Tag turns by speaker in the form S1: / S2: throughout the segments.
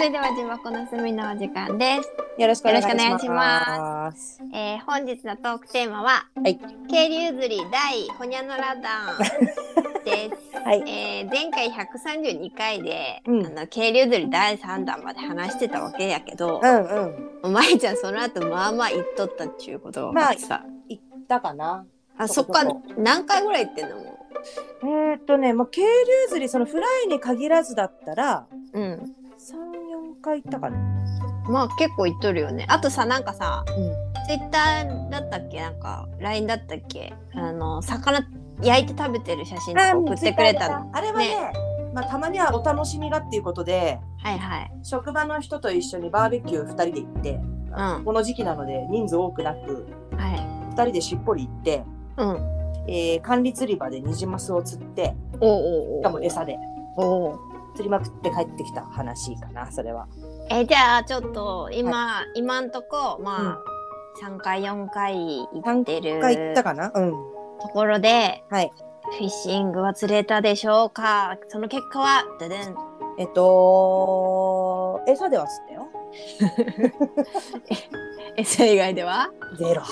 S1: れでは自箱の隅のお時間です。
S2: よろしくお願い
S1: よろしくお願いし
S2: し
S1: ま
S2: ます。
S1: えー、本日のトークテーマは、
S2: はい
S1: 渓流釣り第ほにゃのら団 です。
S2: はい。
S1: えー、前回132回で、
S2: うん
S1: あの渓流釣り第3弾まで話してたわけやけど
S2: う、んうん。
S1: まいちゃんその後まあまあ言っとったっちゅうことが分かってさ、
S2: 行ったかな。
S1: あ、そ
S2: そ
S1: っ
S2: こそ
S1: か
S2: こ
S1: 何回ぐらい行ってんのも
S2: えーっとね、もう渓流釣り、そのフライに限らずだったら、
S1: う。うん。
S2: 三四回行ったかな。
S1: まあ結構行っとるよね。あとさなんかさ、
S2: うん。
S1: ツイッターだったっけなんか LINE だったっけあの魚焼いて食べてる写真とか送ってくれたの。
S2: の。あれはね、まあたまにはお楽しみがっていうことで、
S1: はいはい。
S2: 職場の人と一緒にバーベキュー二人で行って、
S1: うん。は
S2: この時期なので人数多くなく、
S1: い。
S2: 二人でしっぽり行って、
S1: うん。
S2: えー、管理釣り場でニジマスを釣って、
S1: おおお
S2: しかも
S1: お。
S2: 餌で
S1: おお。
S2: 釣りまくって帰ってきた話かな、それは。
S1: えじゃあちょっと今、今んとこまあ、3回4回行ってる
S2: 一回行ったかなうん。
S1: ところで
S2: はい。
S1: フィッシングは釣れたでしょうかその結果はででん
S2: えっと、餌では釣ったよ。
S1: え それ以外では
S2: ゼロ。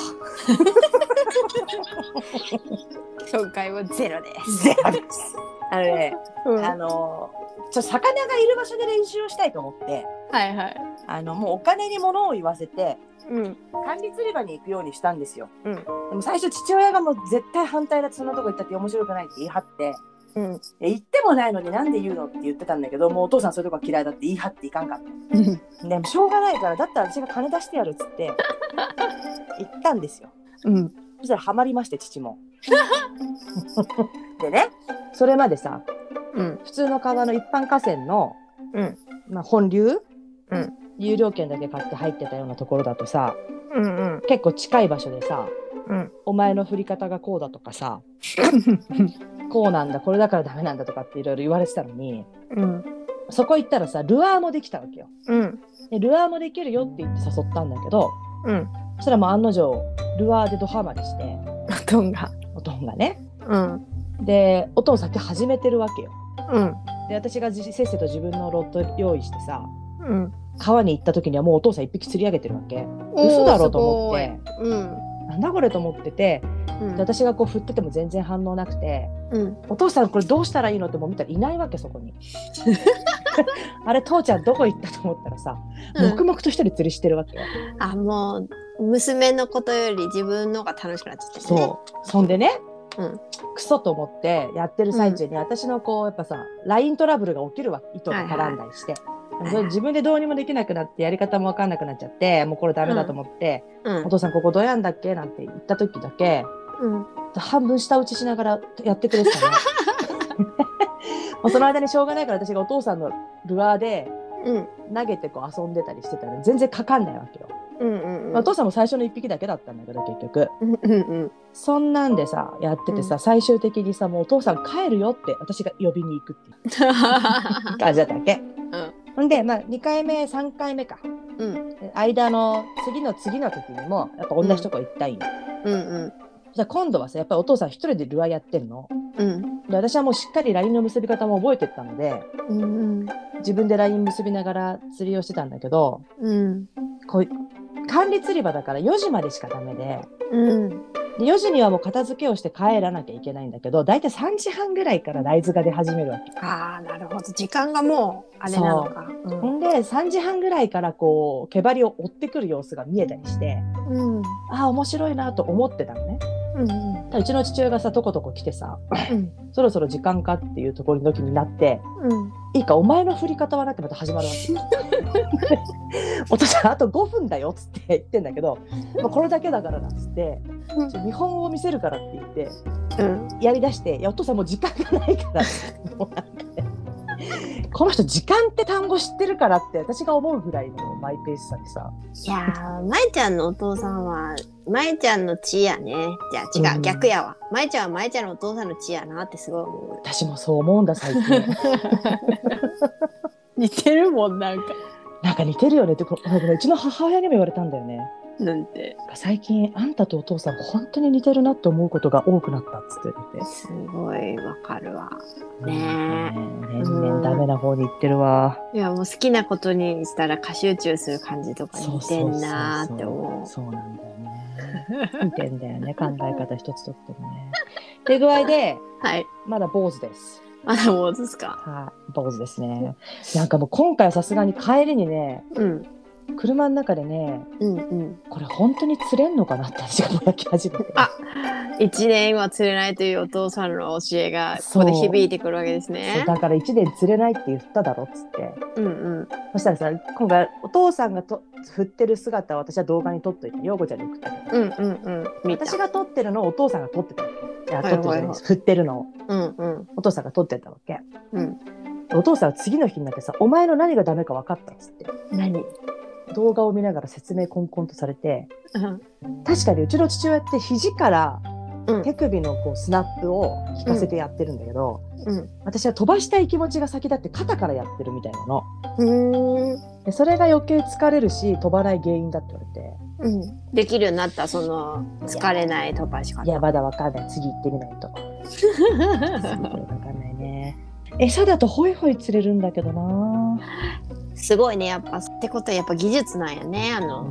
S1: 今回はゼロです。
S2: ゼロです。 あのね、
S1: うん、
S2: あ
S1: はい
S2: の、ちょっと魚がいる場所で練習をしたいと思って、
S1: はい。
S2: あの、もうお金に物を言わせて、
S1: うん
S2: 管理釣り場に行くようにしたんですよ。
S1: うん
S2: でも最初父親がもう絶対反対だそんなとこ行ったって面白くないって言い張って、
S1: うん
S2: え行ってもないのになんで言うのって言ってたんだけど、もうお父さんそういうとこは嫌いだって言い張っていかんかった。
S1: うん
S2: でもしょうがないからだったら私が金出してやるっつって 行ったんですよ
S1: うん
S2: そしたらハマりまして父も でねそれまでさ
S1: うん
S2: 普通の川の一般河川の、
S1: うん
S2: まあ、本流、
S1: うん
S2: 有料券だけ買って入ってたようなところだとさ
S1: うんうん
S2: 結構近い場所でさ
S1: うん
S2: お前の振り方がこうだとか さこうなんだこれだからダメなんだとかっていろいろ言われてたのに
S1: うん
S2: そこ行ったらさルアーもできたわけよ
S1: うん
S2: でルアーもできるよって言って誘ったんだけど
S1: うん
S2: そしたらもう案の定ルアーでドハマりして
S1: トンが
S2: おとんがね
S1: うん
S2: でおとん先始めてるわけよ
S1: うん
S2: で私がじせっせと自分のロット用意してさ
S1: うん
S2: 川に行った時にはもうお父さん一匹釣り上げてるわけ
S1: おー
S2: 嘘だろと思って
S1: すごいうん
S2: なんだこれと思ってて
S1: う
S2: で
S1: ん
S2: 私がこう振ってても全然反応なくて
S1: うん
S2: お父さんこれどうしたらいいのってもう見たらいないわけそ こにあれ父ちゃんどこ行ったと思ったらさ黙々と一人釣りしてるわけよ、
S1: あもう娘のことより自分のが楽しくなっちゃって
S2: そうそんでね、
S1: うん
S2: クソと思ってやってる最中に、私のこうやっぱさ LINE トラブルが起きるわ糸が絡んだりして、
S1: いはい
S2: それ自分でどうにもできなくなってやり方も分かんなくなっちゃってもうこれダメだと思って、
S1: うん
S2: お父さんここどうやんだっけなんて言った時だけ
S1: うん
S2: 半分舌打ちしながらやってくれて たね。もうその間にしょうがないから私がお父さんのルアーで
S1: うん
S2: 投げてこう遊んでたりしてたら全然かかんないわけよ。
S1: うんうん
S2: まあお父さんも最初の1匹だけだったんだけど結局。
S1: うんうんうん
S2: そんなんでさやっててさ、
S1: う
S2: 最終的にさもうお父さん帰るよって私が呼びに行くっていう感じだったわけ。
S1: ん
S2: ほんで、まあ、2回目3回目か
S1: うん
S2: 間の次の次の時にもやっぱ同じとこ行ったんよ。
S1: うん
S2: じゃあ今度はさやっぱりお父さん一人でルアーやってんの。
S1: うん
S2: で私はもうしっかり LINE の結び方も覚えてったので
S1: うん
S2: 自分で LINE 結びながら釣りをしてたんだけど
S1: うん
S2: こう管理釣り場だから4時までしかダメで。
S1: うん
S2: で4時にはもう片付けをして帰らなきゃいけないんだけど大体3時半ぐらいから大豆が出始めるわけ
S1: ああなるほど時間がもうあれなのか
S2: ほんで3時半ぐらいからこう毛針を追ってくる様子が見えたりして
S1: うんうん
S2: ああ面白いなと思ってたのね
S1: うん
S2: ただうちの父親がさとことこ来てさ
S1: うん
S2: そろそろ時間かっていうところの時になって
S1: うん
S2: いいかお前の振り方はなってまた始まるわけお父さんあと5分だよっつって言ってんだけど、まあ、これだけだからだっつって
S1: うん
S2: ちょ見本を見せるからって言って
S1: うん
S2: やりだして「いやお父さんもう時間がないから」もうなんかねこの人時間って単語知ってるからって私が思うぐらいのマイペースさでさ
S1: いやー、まえちゃんのお父さんは、まえちゃんの血やね。じゃあ違う、
S2: うん
S1: 逆やわ。まえちゃんはまえちゃんのお父さんの血やなってすごい思
S2: 私もそう思うんだ最 近
S1: う。似てるもん、なんか。
S2: なんか似てるよねってここれうちの母親にも言われたんだよね
S1: なんて
S2: 最近あんたとお父さん本当に似てるなって思うことが多くなったっつって言って
S1: すごいわかるわ
S2: て
S1: ねえ
S2: 年々ダメな方に行ってるわ
S1: いやもう好きなことにしたら歌集中する感じとか
S2: そ
S1: 似
S2: うそう
S1: て
S2: そうそうん
S1: なーって思う。
S2: そうなんだよね似てんだよね考え方一つとっても ねって具合で
S1: はい。
S2: まだ坊主です
S1: まだもうですか。
S2: はい坊主ですねなんかもう今回はさすがに帰りにね
S1: うん
S2: 車の中でね
S1: うんうん。
S2: これ本当に釣れんのかなって私がぼやき始めて
S1: あ一年は釣れないというお父さんの教えがこ
S2: そう
S1: こで響いてくるわけです
S2: そう
S1: ね。
S2: だから1年釣れないって言っただろっつっ
S1: う
S2: て
S1: んうん。
S2: そしたらさ今回お父さんがと振ってる姿を私は動画に撮っといて陽子ちゃんに送ったけど
S1: うんうんうん。見た。
S2: 私が撮ってるのをお父さんが撮ってたわけいや
S1: は
S2: 撮
S1: いはいはい
S2: ってるじゃないです振ってるのを
S1: うんうん
S2: お父さんが撮ってたわけ
S1: うん。
S2: お父さんは次の日になってさ「お前の何がダメか分かった」っつって
S1: 何？
S2: 動画を見ながら説明コンコンとされて
S1: うん
S2: 確かにうちの父親って肘から
S1: うん
S2: 手首のこうスナップを効かせてやってるんだけど、
S1: うん
S2: 私は飛ばしたい気持ちが先だって肩からやってるみたいなの。
S1: うーん
S2: でそれが余計疲れるし飛ばない原因だって言われて。
S1: うん。できるようになったその疲れない飛ばし方。
S2: いや、まだわかんない。次行ってみない と。わかんないね。餌だとホイホイ釣れるんだけどな。
S1: すごいねやっぱってことはやっぱ技術なんやねあ
S2: う
S1: の。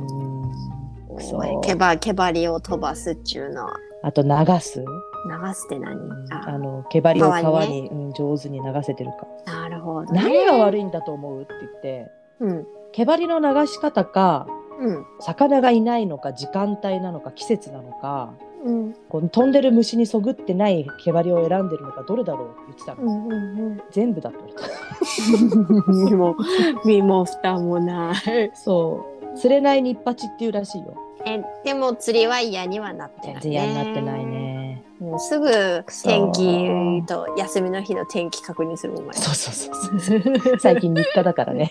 S2: んそう
S1: 毛ば毛針を飛ばすっちゅうのは
S2: あと流す。
S1: 流すって何
S2: あ
S1: あ
S2: の毛針を
S1: 川
S2: 川
S1: に
S2: に、うん上手に流せてるか。
S1: なるほど、ね、
S2: 何が悪いんだと思うって言って、
S1: うん
S2: 毛針の流し方か、
S1: うん
S2: 魚がいないのか、時間帯なのか、季節なのか、
S1: うん
S2: こう飛んでる虫にそぐってない毛針を選んでるのか、どれだろうって言ってたの。
S1: うんうん
S2: 全部だと思った。
S1: うん身 も身も蓋もない
S2: そう。釣れないニッパチっていうらしいよ。
S1: えでも釣りは嫌にはなってな
S2: 全
S1: い、ね、
S2: 然嫌になってないね。
S1: もうすぐ
S2: そ
S1: 天
S2: う
S1: 気と休みの日の天気確認するもん
S2: そうそうそうそう。 最近日課だからね。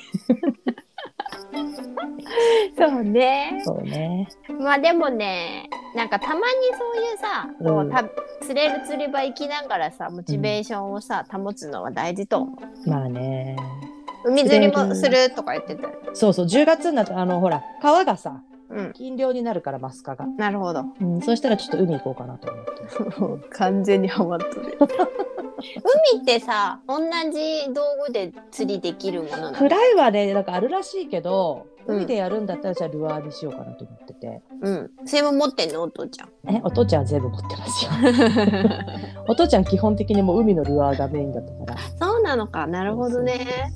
S1: そうね
S2: そうね。
S1: まあでもねなんかたまにそういうさ、こうた釣れる釣り場行きながらさモチベーションをさ保つのは大事と思う
S2: まあね。
S1: 海釣りもするとか言ってたよ。
S2: そうそう。10月になってあのほら川がさ
S1: うん。
S2: 禁漁になるからマスカが。
S1: なるほど。
S2: うん。そしたらちょっと海行こうかなと思って。
S1: 完全にハマっとる。 海ってさ、同じ道具で釣りできるものなの。
S2: フライはねなんかあるらしいけど、
S1: うん
S2: 海でやるんだったらじゃあルアーにしようかなと思ってて。
S1: うん。それも持ってんのお父ちゃん。
S2: えお父ちゃんは全部持って ますよ。お父ちゃん基本的にもう海のルアーがメインだったから。
S1: そうなのか。な
S2: な
S1: るほどね。。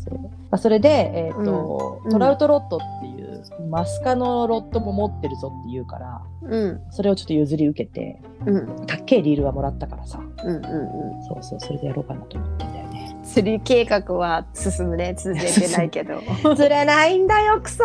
S2: まあ、それで、えーと
S1: うん
S2: トラウトロッドっていう、マスカのロッドも持ってるぞって言うから
S1: うん。
S2: それをちょっと譲り受けて
S1: うん。うん
S2: たっけえリールはもらったからさ
S1: うんう
S2: そうそうそれでやろうかなと思ってんだよね。
S1: ん。釣り計画は進むね。続けてないけど。
S2: 釣れないんだよクソ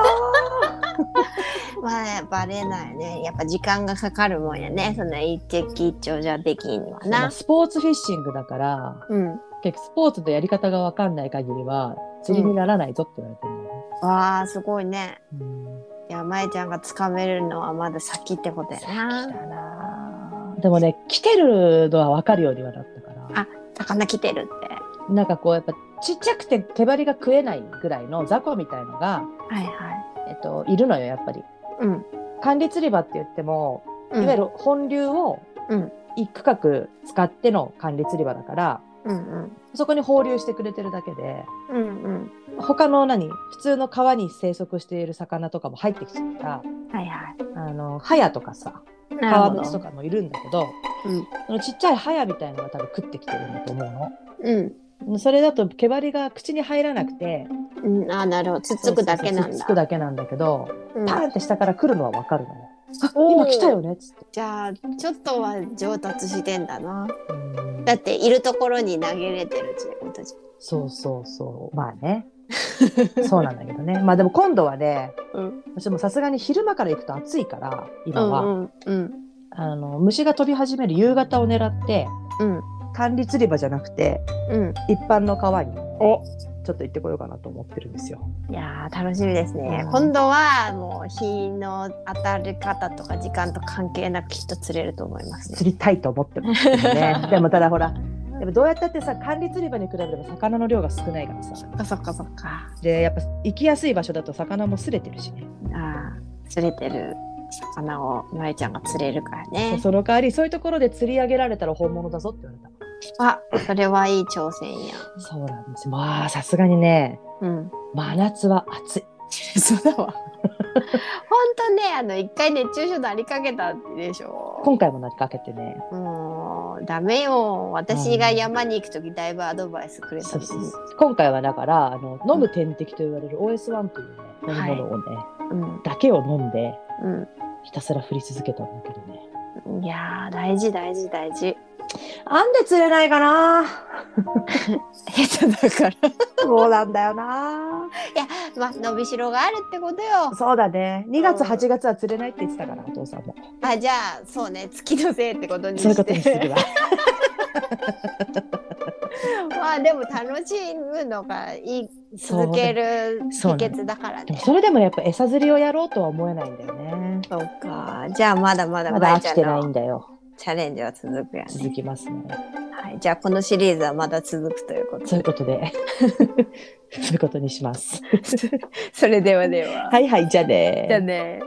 S1: まあ、バレないね。やっぱ時間がかかるもんやね。そんな一滴一鳥じゃできんわ
S2: まあ
S1: な。
S2: スポーツフィッシングだから
S1: うん。
S2: 結局スポーツのやり方が分かんない限りは釣りにならないぞって言われてるんだよね。
S1: わあ、すごいね。
S2: うん
S1: いや、まえちゃんがつかめるのはまだ先ってことや
S2: 先
S1: な。
S2: だなでもね来てるのは分かるようにはなったから。
S1: 魚来てるって。
S2: なんかこうやっぱちっちゃくて毛針が食えないぐらいの雑魚みたいのが、
S1: はいは
S2: えっと、いるのよやっぱり。
S1: い。うん。
S2: 管理釣り場って言っても、
S1: うん、
S2: いわゆる本流を
S1: うん
S2: 一区画使っての管理釣り場だから、
S1: うんうん。
S2: そこに放流してくれてるだけで
S1: うんうん。
S2: 他の何普通の川に生息している魚とかも入ってきちゃうから
S1: はいはい。
S2: あのハヤとかさ
S1: な
S2: 川
S1: るほ
S2: 淵と
S1: ど。
S2: かもいるんだけど、
S1: うん
S2: そのちっちゃいハヤみたいのが多分食ってきてるんだと思う
S1: うん。
S2: の。それだと毛針が口に入らなくて
S1: うん、あ、なるほど。つっつくだけな
S2: そうそうそうんつっつ
S1: だ
S2: く。だけなんだけど、
S1: うん
S2: パーンって下から来るのはわかるのよ。
S1: おー
S2: 今来たよねっつって。
S1: じゃあ、ちょっとは上達してんだな。
S2: うん
S1: だって、いるところに投げれてるってことじ
S2: そうそうそう。まあね。そうなんだけどね。 まあでも今度はね、
S1: ゃん。うん。
S2: 私もさすがに昼間から行くと暑いから、
S1: う
S2: 今は、
S1: んうん。
S2: あの虫が飛び始める夕方を狙って、
S1: うん。
S2: 管理釣り場じゃなくて、
S1: うん。
S2: 一般の川に、ちょっと行ってこようかなと思ってるんですよ。
S1: いやー楽しみですね、
S2: うん
S1: 今度はもう日の当たる方とか時間と関係なくきっと釣れると思いますね
S2: 釣りたいと思ってますけど ね。でもただほら、でもどうやったってさ、管理釣り場に比べれば魚の量が少ないからさ。
S1: そっかそっかそっか
S2: でやっぱ行きやすい場所だと魚もすれてるしね
S1: ああ釣れてる魚をのえちゃんが釣れるからね。
S2: その代わりそういうところで釣り上げられたら本物だぞって言われた
S1: あ、それはいい挑戦や。
S2: そうなんですまあさすがにね
S1: うん。
S2: 真夏は暑い
S1: そうだ わ。ほんとね、あの、一回熱中症なりかけたでしょ。
S2: 今回もなりかけてね
S1: もう、ダメよ。私が山に行くとき、だいぶアドバイスくれた
S2: そう
S1: し。
S2: そうそう今回はだからあの飲む点滴と言われる OS1 という、ね、飲み物をね、
S1: うん。
S2: だけを飲んで
S1: う
S2: ひたすら振り続けたんだけどね
S1: ん。いやー、大事、大事、大事。
S2: なんで釣れないかな
S1: 下手だから。
S2: そうなんだ よな
S1: まあ、伸びしろがあるってことよ。
S2: そうだね2
S1: 月
S2: 月
S1: 8
S2: 8月は釣れないって言ってたからお父さんも
S1: あ、じゃあ、そうね、月のせいってことに
S2: そういう
S1: し
S2: ことにする
S1: て。
S2: わ
S1: まあ、でも、楽しむのがいい、続ける秘
S2: そうね
S1: 訣だから
S2: でも
S1: ね。
S2: それでもやっぱ餌釣りをやろうとは思えないんだよね
S1: そうか、じゃあ、まだまだ、
S2: ま
S1: まい
S2: だ飽
S1: ちゃん
S2: きてない
S1: の
S2: んだよ
S1: チャレンジは続くやね。
S2: 続きますね
S1: はい、じゃあこのシリーズはまだ続くということ
S2: そうい
S1: で
S2: う。ことでそういうことにします
S1: それではでは。
S2: はいはいじゃあね
S1: じゃあね。